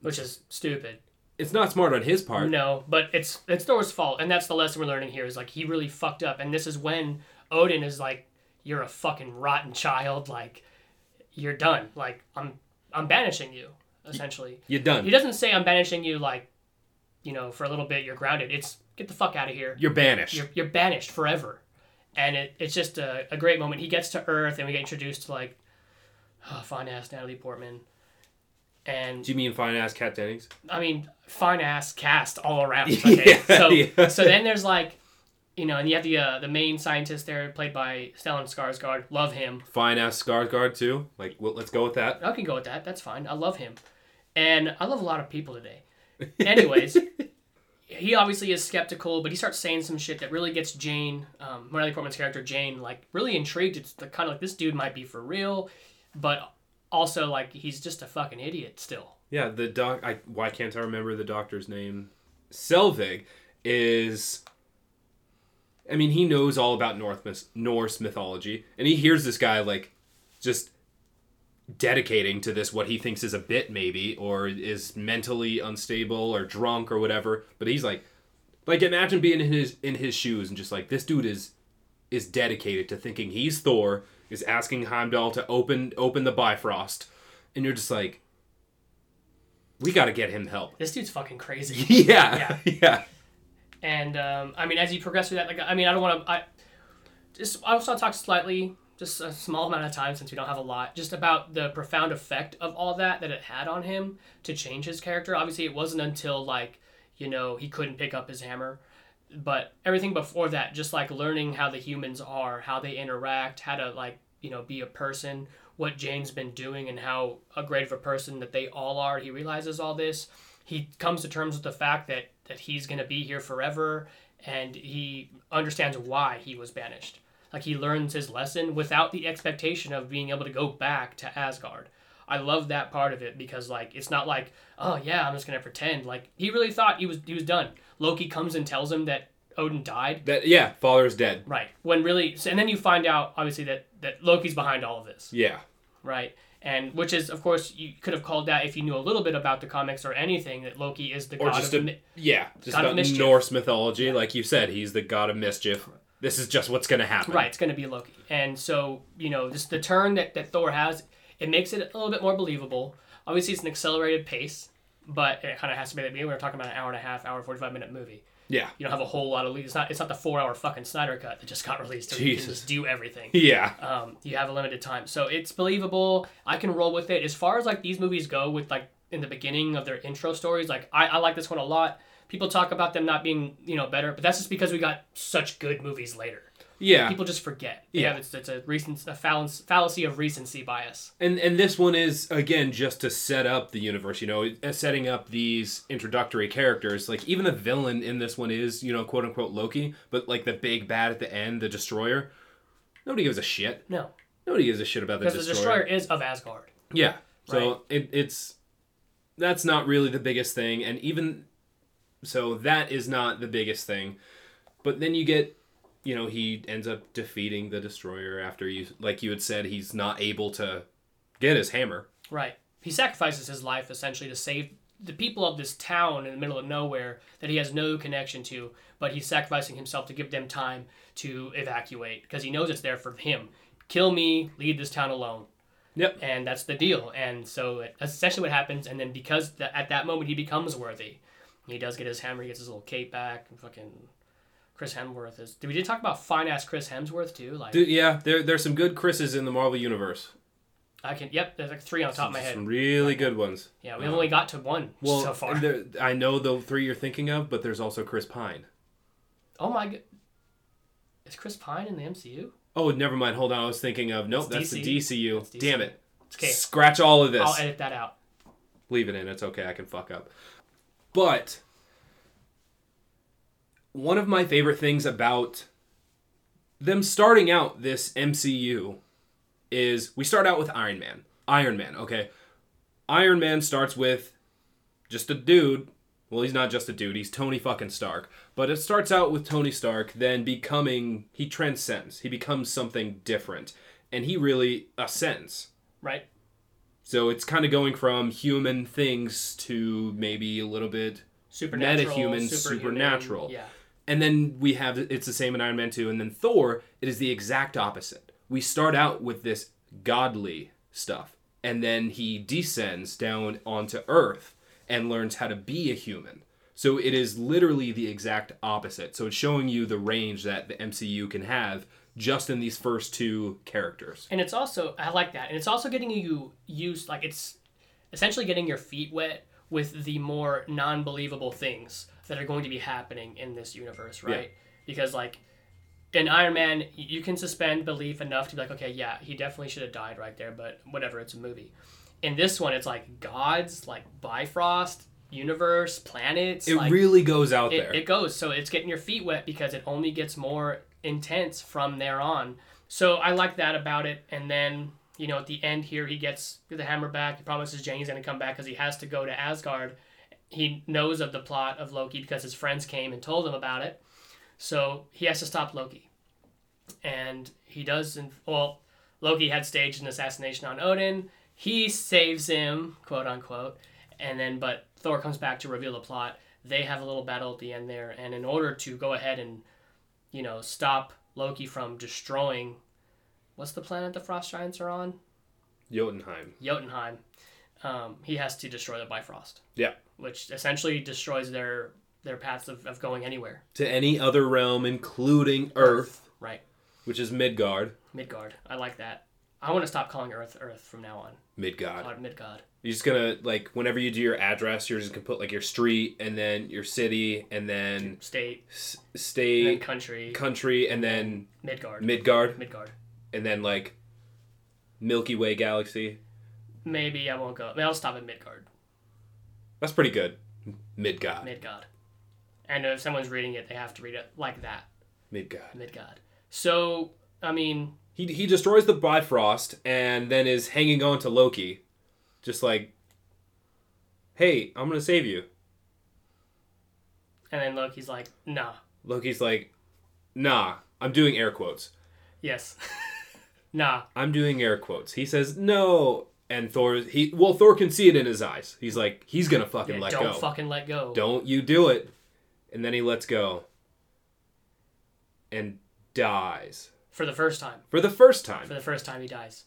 Speaker 2: Which is stupid.
Speaker 1: It's not smart on his part.
Speaker 2: No, but it's it's Thor's fault, and that's the lesson we're learning here. Is like he really fucked up, and this is when Odin is like, "You're a fucking rotten child. Like, you're done. Like, I'm I'm banishing you." Essentially,
Speaker 1: You're done.
Speaker 2: he doesn't say I'm banishing you. Like, you know, for a little bit, you're grounded. It's get the fuck out of here.
Speaker 1: You're banished.
Speaker 2: You're, you're banished forever, and it, it's just a, a great moment. He gets to Earth, and we get introduced to like, oh, fine ass Natalie Portman, and
Speaker 1: Do you mean fine ass Cat Dennings?
Speaker 2: I mean, fine ass cast all around. Okay?
Speaker 1: Yeah,
Speaker 2: so
Speaker 1: yeah.
Speaker 2: so then there's like, you know, and you have the uh, the main scientist there, played by Stellan Skarsgård. Love him.
Speaker 1: Fine ass Skarsgård too. Like, well, let's go with that.
Speaker 2: I can go with that. That's fine. I love him, and I love a lot of people today. Anyways, he obviously is skeptical, but he starts saying some shit that really gets Jane, um, Natalie Portman's character Jane, like really intrigued. It's the kind of like this dude might be for real, but also like he's just a fucking idiot still.
Speaker 1: Yeah, the doc. I why can't I remember the doctor's name? Selvig is. I mean, he knows all about North myth- Norse mythology, and he hears this guy like, just dedicating to this what he thinks is a bit maybe, or is mentally unstable or drunk or whatever. But he's like, like imagine being in his in his shoes and just like this dude is is dedicated to thinking he's Thor, is asking Heimdall to open open the Bifrost, and you're just like, we got to get him help.
Speaker 2: This dude's fucking crazy.
Speaker 1: Yeah, yeah, yeah.
Speaker 2: And um, I mean, as you progress through that, like I mean, I don't want to. I just I also talk slightly, just a small amount of time since we don't have a lot, just about the profound effect of all that that it had on him to change his character. Obviously, it wasn't until like you know he couldn't pick up his hammer, but everything before that, just like learning how the humans are, how they interact, how to like you know be a person, what Jane's been doing, and how a great of a person that they all are. He realizes all this. He comes to terms with the fact that that that he's going to be here forever and he understands why he was banished. Like he learns his lesson without the expectation of being able to go back to Asgard. I love that part of it because like it's not like oh yeah I'm just gonna pretend like he really thought he was he was done. Loki comes and tells him that Odin died.
Speaker 1: That yeah, father's dead.
Speaker 2: Right. When really so- and then you find out obviously that that Loki's behind all of this.
Speaker 1: Yeah.
Speaker 2: Right. And which is of course you could have called that if you knew a little bit about the comics or anything that Loki is the
Speaker 1: Or
Speaker 2: god
Speaker 1: just
Speaker 2: of
Speaker 1: a
Speaker 2: mi-
Speaker 1: yeah, just
Speaker 2: god of
Speaker 1: about
Speaker 2: mischief.
Speaker 1: Norse mythology, like you said, he's the god of mischief. This is just what's gonna happen.
Speaker 2: Right, it's going to be Loki. And so, you know, just the turn that, that Thor has, it makes it a little bit more believable. Obviously, it's an accelerated pace, but it kind of has to be that way. We're talking about an hour and a half, hour, 45 minute movie.
Speaker 1: Yeah.
Speaker 2: You don't have a whole lot of lead. It's not, it's not the four hour fucking Snyder cut that just got released. where You can
Speaker 1: Jesus.
Speaker 2: just do everything.
Speaker 1: Yeah.
Speaker 2: Um, you have a limited time. So it's believable. I can roll with it. As far as like these movies go, with like in the beginning of their intro stories, like I, I like this one a lot. People talk about them not being, you know, better, but that's just because we got such good movies later
Speaker 1: yeah.
Speaker 2: people just forget. They
Speaker 1: Yeah.
Speaker 2: have- it's, it's a recent a fallacy, fallacy of recency bias.
Speaker 1: And and this one is again just to set up the universe, you know, uh, setting up these introductory characters. Like even the villain in this one is, you know, quote unquote Loki, but like the big bad at the end, the destroyer. Nobody gives a shit.
Speaker 2: No,
Speaker 1: Nobody gives a shit about the
Speaker 2: because
Speaker 1: destroyer.
Speaker 2: the destroyer is of Asgard.
Speaker 1: Yeah. So
Speaker 2: Right.
Speaker 1: it, it's that's not really the biggest thing, and even so, that is not the biggest thing. But then you get, you know, he ends up defeating the destroyer after you, like you had said, he's not able to get his hammer.
Speaker 2: Right. He sacrifices his life essentially to save the people of this town in the middle of nowhere that he has no connection to, but he's sacrificing himself to give them time to evacuate because he knows it's there for him. Kill me, leave this town alone.
Speaker 1: Yep.
Speaker 2: and that's the deal. And so it- that's essentially what happens. And then because the, at that moment he becomes worthy, he does get his hammer, he gets his little cape back. And fucking Chris Hemsworth is. Did we did talk about fine ass Chris Hemsworth too? Like
Speaker 1: Dude, yeah, there there's some good Chris's in the Marvel universe.
Speaker 2: I can. Yep, there's like three on top of my
Speaker 1: Some
Speaker 2: head.
Speaker 1: really good ones.
Speaker 2: Yeah, we have only got to one
Speaker 1: Well,
Speaker 2: so far.
Speaker 1: and there- I know the three you're thinking of, but there's also Chris Pine.
Speaker 2: oh my god, is Chris Pine in the MCU?
Speaker 1: Oh, never mind. Hold on. I was thinking of nope.
Speaker 2: That's
Speaker 1: That's,
Speaker 2: DC.
Speaker 1: the DCU.
Speaker 2: DC.
Speaker 1: Damn it.
Speaker 2: okay.
Speaker 1: Scratch all of this.
Speaker 2: I'll edit that out.
Speaker 1: leave it in. It's okay. I can fuck up. But one of my favorite things about them starting out this MCU is we start out with Iron Man. Iron Man, okay. Iron Man starts with just a dude. Well, he's not just a dude. He's Tony fucking Stark. But it starts out with Tony Stark then becoming he transcends. He becomes something different and he really ascends.
Speaker 2: Right.
Speaker 1: So it's kind of going from human things to maybe a little bit.
Speaker 2: Supernatural.
Speaker 1: Metahuman,
Speaker 2: superhuman,
Speaker 1: supernatural.
Speaker 2: Yeah.
Speaker 1: And then we have it's the same in Iron Man 2 and then Thor, it is the exact opposite. We start out with this godly stuff and then he descends down onto earth and learns how to be a human. So it is literally the exact opposite. So it's showing you the range that the MCU can have just in these first two characters.
Speaker 2: And it's also I like that. And it's also getting you used like it's essentially getting your feet wet with the more non-believable things that are going to be happening in this universe, right? Because like in Iron Man, y- you can suspend belief enough to be like, okay, yeah, he definitely should have died right there, but whatever, it's a movie. In this one, it's like gods, like Bifrost, universe, planets.
Speaker 1: It
Speaker 2: like,
Speaker 1: really goes out there.
Speaker 2: it, it goes. So it's getting your feet wet because it only gets more intense from there on. So I like that about it. And then, you know, at the end here, he gets the hammer back. He promises Jane he's going to come back because he has to go to Asgard. He knows of the plot of Loki because his friends came and told him about it. So he has to stop Loki. And he does. And well, Loki had staged an assassination on Odin. He saves him, quote unquote. And then, but Thor comes back to reveal the plot. They have a little battle at the end there. And in order to go ahead and, you know, stop Loki from destroying. What's the planet the Frost Giants are on?
Speaker 1: Jotunheim.
Speaker 2: Jotunheim. Um, he has to destroy the Bifrost,
Speaker 1: Yeah.
Speaker 2: which essentially destroys their their paths of, of going anywhere.
Speaker 1: To any other realm including Earth.
Speaker 2: Right.
Speaker 1: which is Midgard.
Speaker 2: Midgard. I like that. I want to stop calling Earth Earth from now on.
Speaker 1: Midgard.
Speaker 2: God, Midgard.
Speaker 1: You're just gonna like whenever you do your address, you're just gonna put like your street and then your city and then
Speaker 2: State,
Speaker 1: s-
Speaker 2: then
Speaker 1: state,
Speaker 2: country,
Speaker 1: country, and then
Speaker 2: Midgard.
Speaker 1: Midgard,
Speaker 2: Midgard.
Speaker 1: and then like Milky Way galaxy.
Speaker 2: Maybe I won't go. Maybe I'll stop at Midgard.
Speaker 1: That's pretty good. Midgard.
Speaker 2: Midgard. and if someone's reading it, they have to read it like that.
Speaker 1: Midgard.
Speaker 2: Midgard. So I mean,
Speaker 1: He he destroys the Bifrost and then is hanging on to Loki, just like, hey, I'm gonna save you.
Speaker 2: and then Loki's like, nah,
Speaker 1: Loki's like, nah, I'm doing air quotes.
Speaker 2: yes, nah,
Speaker 1: I'm doing air quotes. He says no, and Thor he well Thor can see it in his eyes. He's like, he's gonna fucking
Speaker 2: yeah,
Speaker 1: let
Speaker 2: don't
Speaker 1: go.
Speaker 2: fucking let go.
Speaker 1: Don't you do it? And then he lets go. And dies
Speaker 2: For the first time,
Speaker 1: for the first time.
Speaker 2: for the first time, he dies.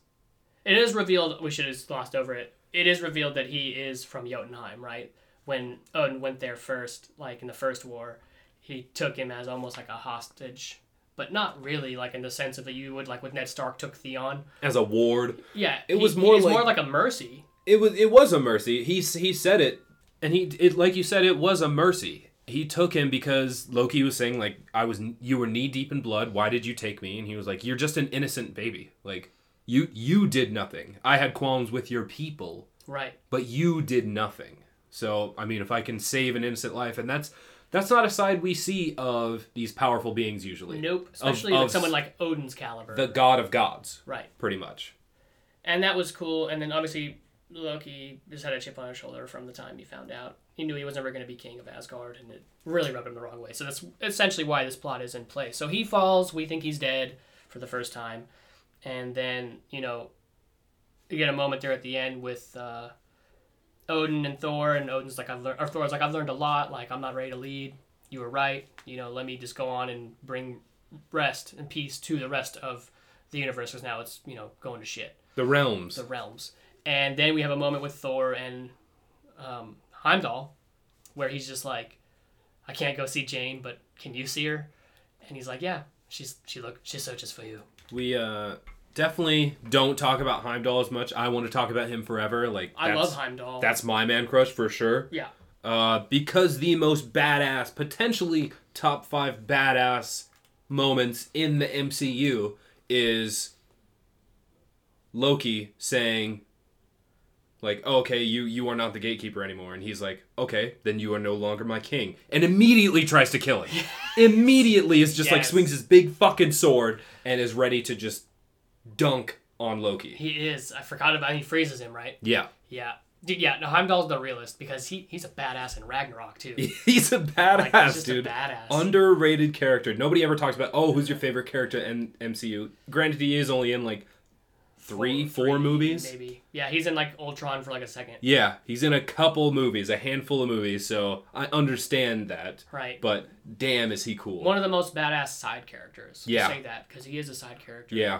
Speaker 2: It is revealed. We should have just glossed over it. It is revealed that he is from Jotunheim, right? When Odin went there first, like in the first war, he took him as almost like a hostage, but not really, like in the sense of that you would like with Ned Stark took Theon.
Speaker 1: As a ward,
Speaker 2: Yeah,
Speaker 1: It was more
Speaker 2: he's
Speaker 1: like-
Speaker 2: more like a mercy.
Speaker 1: it was it was a mercy. He s- he said it, and he it like you said it was a mercy. He took him because Loki was saying like I was you were knee deep in blood. Why did you take me? And he was like, you're just an innocent baby. Like you you did nothing. I had qualms with your people,
Speaker 2: Right.
Speaker 1: but you did nothing. So I mean, if I can save an innocent life, and that's that's not a side we see of these powerful beings usually.
Speaker 2: Nope.
Speaker 1: Of-
Speaker 2: Especially
Speaker 1: of
Speaker 2: with someone like Odin's caliber.
Speaker 1: the god of gods,
Speaker 2: right.
Speaker 1: pretty much.
Speaker 2: And that was cool. And then obviously Loki just had a chip on his shoulder from the time he found out. He knew he was never going to be king of Asgard, and it really rubbed him the wrong way. So that's essentially why this plot is in place. So he falls. We think he's dead for the first time, and then you know you get a moment there at the end with. Uh, Odin and Thor, and Odin's like I've learned, or Thor's like I've learned a lot. Like I'm not ready to lead. You were right. You know, let me just go on and bring rest and peace to the rest of the universe, because now it's you know going to shit
Speaker 1: The realms.
Speaker 2: the realms. And then we have a moment with Thor and um, Heimdall, where he's just like, "I can't go see Jane, but can you see her?" And he's like, "Yeah, she's she look she searches for you."
Speaker 1: We uh, definitely don't talk about Heimdall as much. I want to talk about him forever. Like
Speaker 2: I
Speaker 1: that's-
Speaker 2: love Heimdall.
Speaker 1: That's my man crush for sure.
Speaker 2: yeah,
Speaker 1: Uh, because the most badass, potentially top five badass moments in the MCU is Loki saying, like, "Oh, okay, you you are not the gatekeeper anymore, and he's like, okay, then you are no longer my king, and immediately tries to kill him. immediately is just like
Speaker 2: Yes.
Speaker 1: swings his big fucking sword and is ready to just dunk on Loki.
Speaker 2: he is. I forgot about he freezes him, right?
Speaker 1: Yeah,
Speaker 2: Yeah, dude. Yeah, no, Heimdall's the realist because he he's a badass in Ragnarok too.
Speaker 1: he's a badass,
Speaker 2: Like he's just
Speaker 1: dude.
Speaker 2: a badass.
Speaker 1: underrated character. Nobody ever talks about oh, who's your favorite character in MCU? Granted, he is only in like three, four
Speaker 2: Three,
Speaker 1: movies.
Speaker 2: maybe. Yeah, he's in like Ultron for like a second.
Speaker 1: Yeah, he's in a couple movies, a handful of movies, so I understand that.
Speaker 2: Right.
Speaker 1: But damn, is he cool?
Speaker 2: One of the most badass side characters.
Speaker 1: Yeah.
Speaker 2: Say that because he is a side character.
Speaker 1: yeah,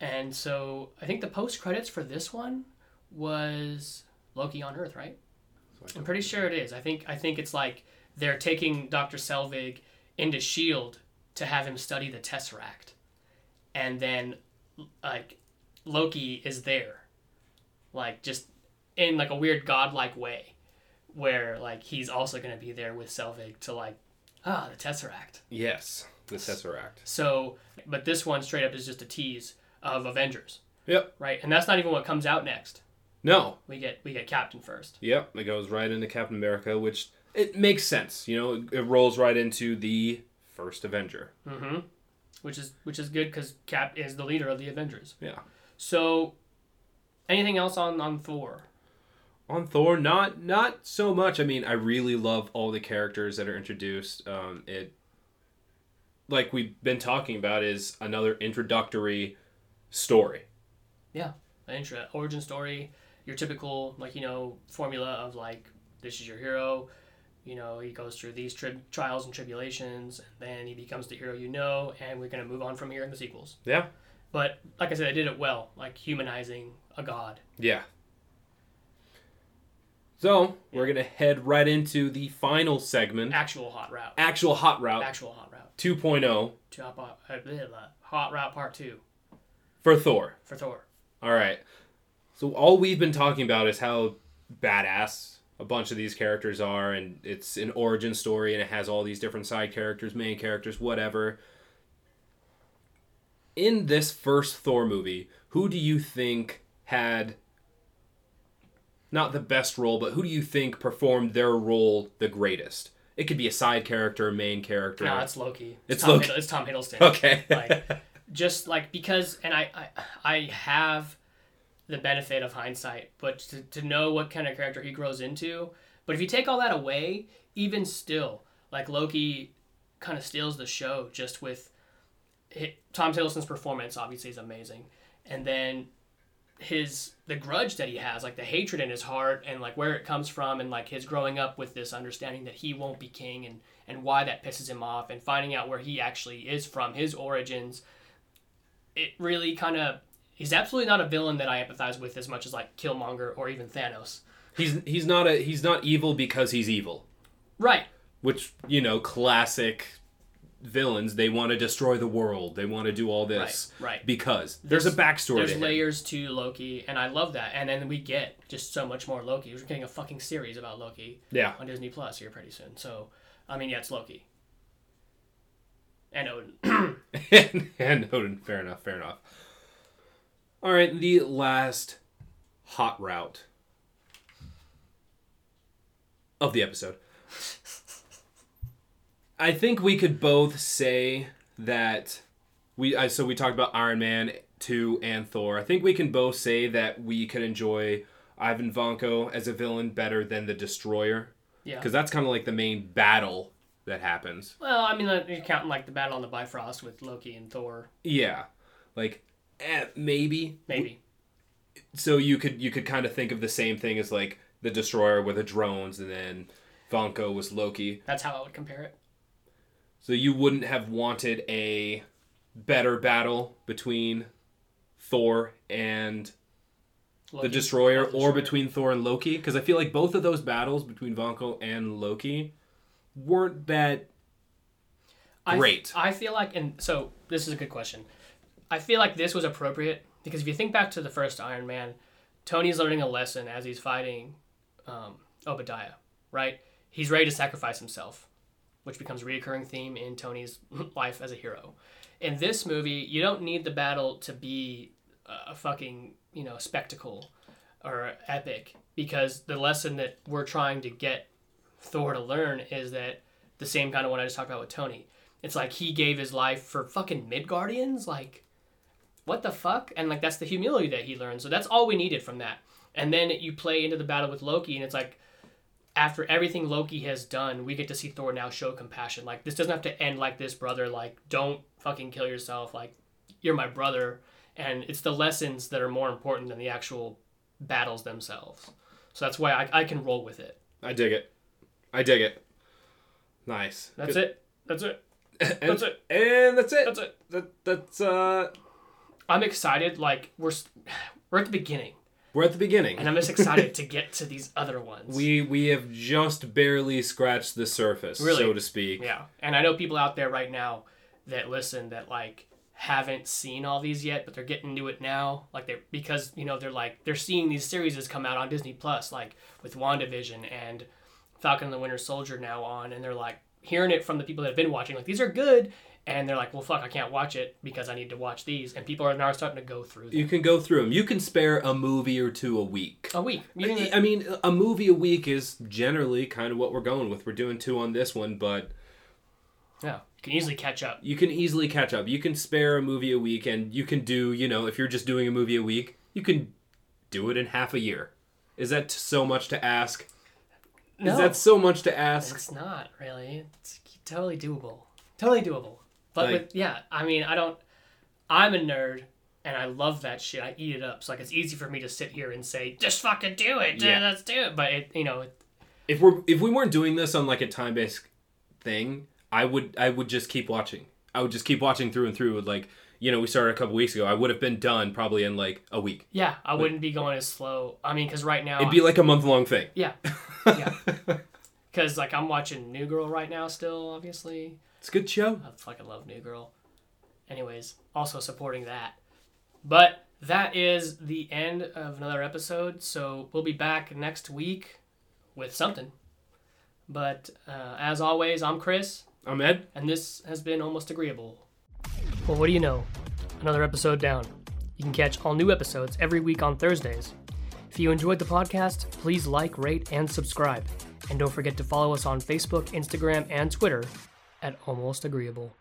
Speaker 2: And so I think the post credits for this one was Loki on Earth, right? I'm pretty sure it is. I think I think it's like they're taking Dr. Selvig into Shield E to have him study the Tesseract. And then like Loki is there. Like just in like a weird godlike way where like he's also going to be there with Selvig to like ah the Tesseract.
Speaker 1: yes, the Tesseract.
Speaker 2: So, but this one straight up is just a tease of Avengers,
Speaker 1: Yep.
Speaker 2: right? And that's not even what comes out next.
Speaker 1: No.
Speaker 2: We get we get Captain first.
Speaker 1: Yep. It goes right into Captain America, which it makes sense. You know, it, it rolls right into the first Avenger.
Speaker 2: Mhm. Which is which is good because Cap is the leader of the Avengers.
Speaker 1: Yeah.
Speaker 2: So, anything else on on Thor?
Speaker 1: on Thor, not not so much. I mean, I really love all the characters that are introduced. Um, it, like we've been talking about, is another introductory story.
Speaker 2: Yeah, an intro origin story. Your typical like you know formula of like this is your hero. You know he goes through these tri- trials and tribulations, and then he becomes the hero you know, and we're gonna move on from here in the sequels.
Speaker 1: Yeah,
Speaker 2: But like I said, I did it well, like humanizing a god.
Speaker 1: yeah. So we're gonna head right into the final segment,
Speaker 2: actual hot route.
Speaker 1: actual hot route
Speaker 2: Actual hot route.
Speaker 1: 2.0
Speaker 2: To hot, hot, uh, blah, blah, hot route part two
Speaker 1: for Thor.
Speaker 2: for Thor.
Speaker 1: All right. So all we've been talking about is how badass a bunch of these characters are, and it's an origin story, and it has all these different side characters, main characters, whatever. In this first Thor movie, who do you think had not the best role, but who do you think performed their role the greatest? It could be a side character, a main character.
Speaker 2: No, it's Loki.
Speaker 1: It's
Speaker 2: Tom
Speaker 1: Loki.
Speaker 2: Hiddle- it's Tom Hiddleston.
Speaker 1: Okay.
Speaker 2: like just like because, and I, I, I have the benefit of hindsight, but to, to know what kind of character he grows into. But if you take all that away, even still, like Loki, kind of steals the show just with hi Tom Hiddleston's performance. Obviously, is amazing, and then his the grudge that he has like the hatred in his heart and like where it comes from and like his growing up with this understanding that he won't be king and and why that pisses him off and finding out where he actually is from his origins it really kind of he's absolutely not a villain that i empathize with as much as like killmonger or even thanos
Speaker 1: he's he's not a he's not evil because he's evil.
Speaker 2: right
Speaker 1: Which you know, classic villains. They want to destroy the world. They want to do all this
Speaker 2: Right, right.
Speaker 1: because there's, a backstory.
Speaker 2: there's
Speaker 1: to him.
Speaker 2: layers to loki and i love that and then we get just so much more loki we're getting a fucking series about loki
Speaker 1: Yeah.
Speaker 2: on Disney Plus here pretty soon. So, I mean, yeah, it's Loki. And Odin.
Speaker 1: and, and Odin. Fair enough. Fair enough. All right, the last hot route of the episode. I think we could both say that we. I, so we talked about Iron Man two and Thor. I think we can both say that we could enjoy Ivan Vanko as a villain better than the Destroyer
Speaker 2: yeah.
Speaker 1: because that's kind of like the main battle that happens.
Speaker 2: Well, I mean, like, you're counting like the battle on the Bifrost with Loki and Thor,
Speaker 1: Yeah, like eh, maybe
Speaker 2: maybe.
Speaker 1: so you could you could kind of think of the same thing as like the destroyer with the drones and then Vanko was Loki.
Speaker 2: That's how I would compare it.
Speaker 1: So you wouldn't have wanted a better battle between Thor and
Speaker 2: Loki,
Speaker 1: the destroyer,
Speaker 2: Loki,
Speaker 1: or between Thor and Loki because I feel like both of those battles between Vanko and Loki weren't that
Speaker 2: I f-
Speaker 1: great.
Speaker 2: I, feel like, and so this is a good question. I feel like this was appropriate because if you think back to the first Iron Man, Tony's learning a lesson as he's fighting um, Obadiah, right? He's ready to sacrifice himself, which becomes a recurring theme in Tony's life as a hero. In this movie, you don't need the battle to be a- a fucking, you know, spectacle or epic because the lesson that we're trying to get Thor to learn is that the same kind of one I just talked about with Tony. It's like he gave his life for fucking Midgardians. Like, what the fuck? And like that's the humility that he learned. So that's all we needed from that. And then you play into the battle with Loki, and it's like after everything Loki has done, we get to see Thor now show compassion. Like this doesn't have to end like this, brother. Like don't fucking kill yourself. Like you're my brother. And it's the lessons that are more important than the actual battles themselves. So that's why I, I can roll with it.
Speaker 1: I dig it. I dig it. Nice.
Speaker 2: That's it. That's it.
Speaker 1: it.
Speaker 2: that's it.
Speaker 1: And that's it.
Speaker 2: That's it.
Speaker 1: That, that's uh
Speaker 2: I'm excited. Like we're s- we're at the beginning,
Speaker 1: we're at the beginning.
Speaker 2: and I'm just excited to get to these other ones.
Speaker 1: We we have just barely scratched the surface,
Speaker 2: Really?
Speaker 1: so to speak.
Speaker 2: yeah, and I know people out there right now that listen that like haven't seen all these yet, but they're getting to it now. Like they because you know they're like they're seeing these series that's come out on Disney Plus, like with WandaVision and Falcon and the Winter Soldier now on, and they're like hearing it from the people that have been watching. Like these are good. And they're like, well, fuck, I can't watch it because I need to watch these. And people are now starting to go through them.
Speaker 1: You can go through them. You can spare a movie or two a week.
Speaker 2: a week. You can-
Speaker 1: I I mean, a movie a week is generally kind of what we're going with. We're doing two on this one, but
Speaker 2: yeah, you can easily catch up.
Speaker 1: you can easily catch up. You can spare a movie a week, and you can do, you know, if you're just doing a movie a week, you can do it in half a year. Is that so much to ask?
Speaker 2: No.
Speaker 1: Is that so much to ask?
Speaker 2: It's not really. It's totally doable. Totally doable. But
Speaker 1: Like-
Speaker 2: with, yeah, I mean, I don't. I'm a nerd, and I love that shit. I eat it up. So like, it's easy for me to sit here and say, just fucking do it. Yeah.
Speaker 1: Yeah.
Speaker 2: Let's do it. But it, you know, it,
Speaker 1: If we're if we weren't doing this on like a time based thing, I would I would just keep watching. I would just keep watching through and through. With like you know, we started a couple weeks ago. I would have been done probably in like a week.
Speaker 2: yeah, I wouldn't be going as slow. I mean, because right now,
Speaker 1: It'd be like a month long thing.
Speaker 2: yeah, yeah. Because like I'm watching New Girl right now, still obviously.
Speaker 1: It's a good show.
Speaker 2: I fucking love New Girl. Anyways, also supporting that. But that is the end of another episode. So we'll be back next week with something. But uh, as always, I'm Chris,
Speaker 1: I'm Ed.
Speaker 2: and this has been Almost Agreeable. Well, what do you know? Another episode down. You can catch all new episodes every week on Thursdays. If you enjoyed the podcast, please like, rate, and subscribe. And don't forget to follow us on Facebook, Instagram, and Twitter at Almost Agreeable.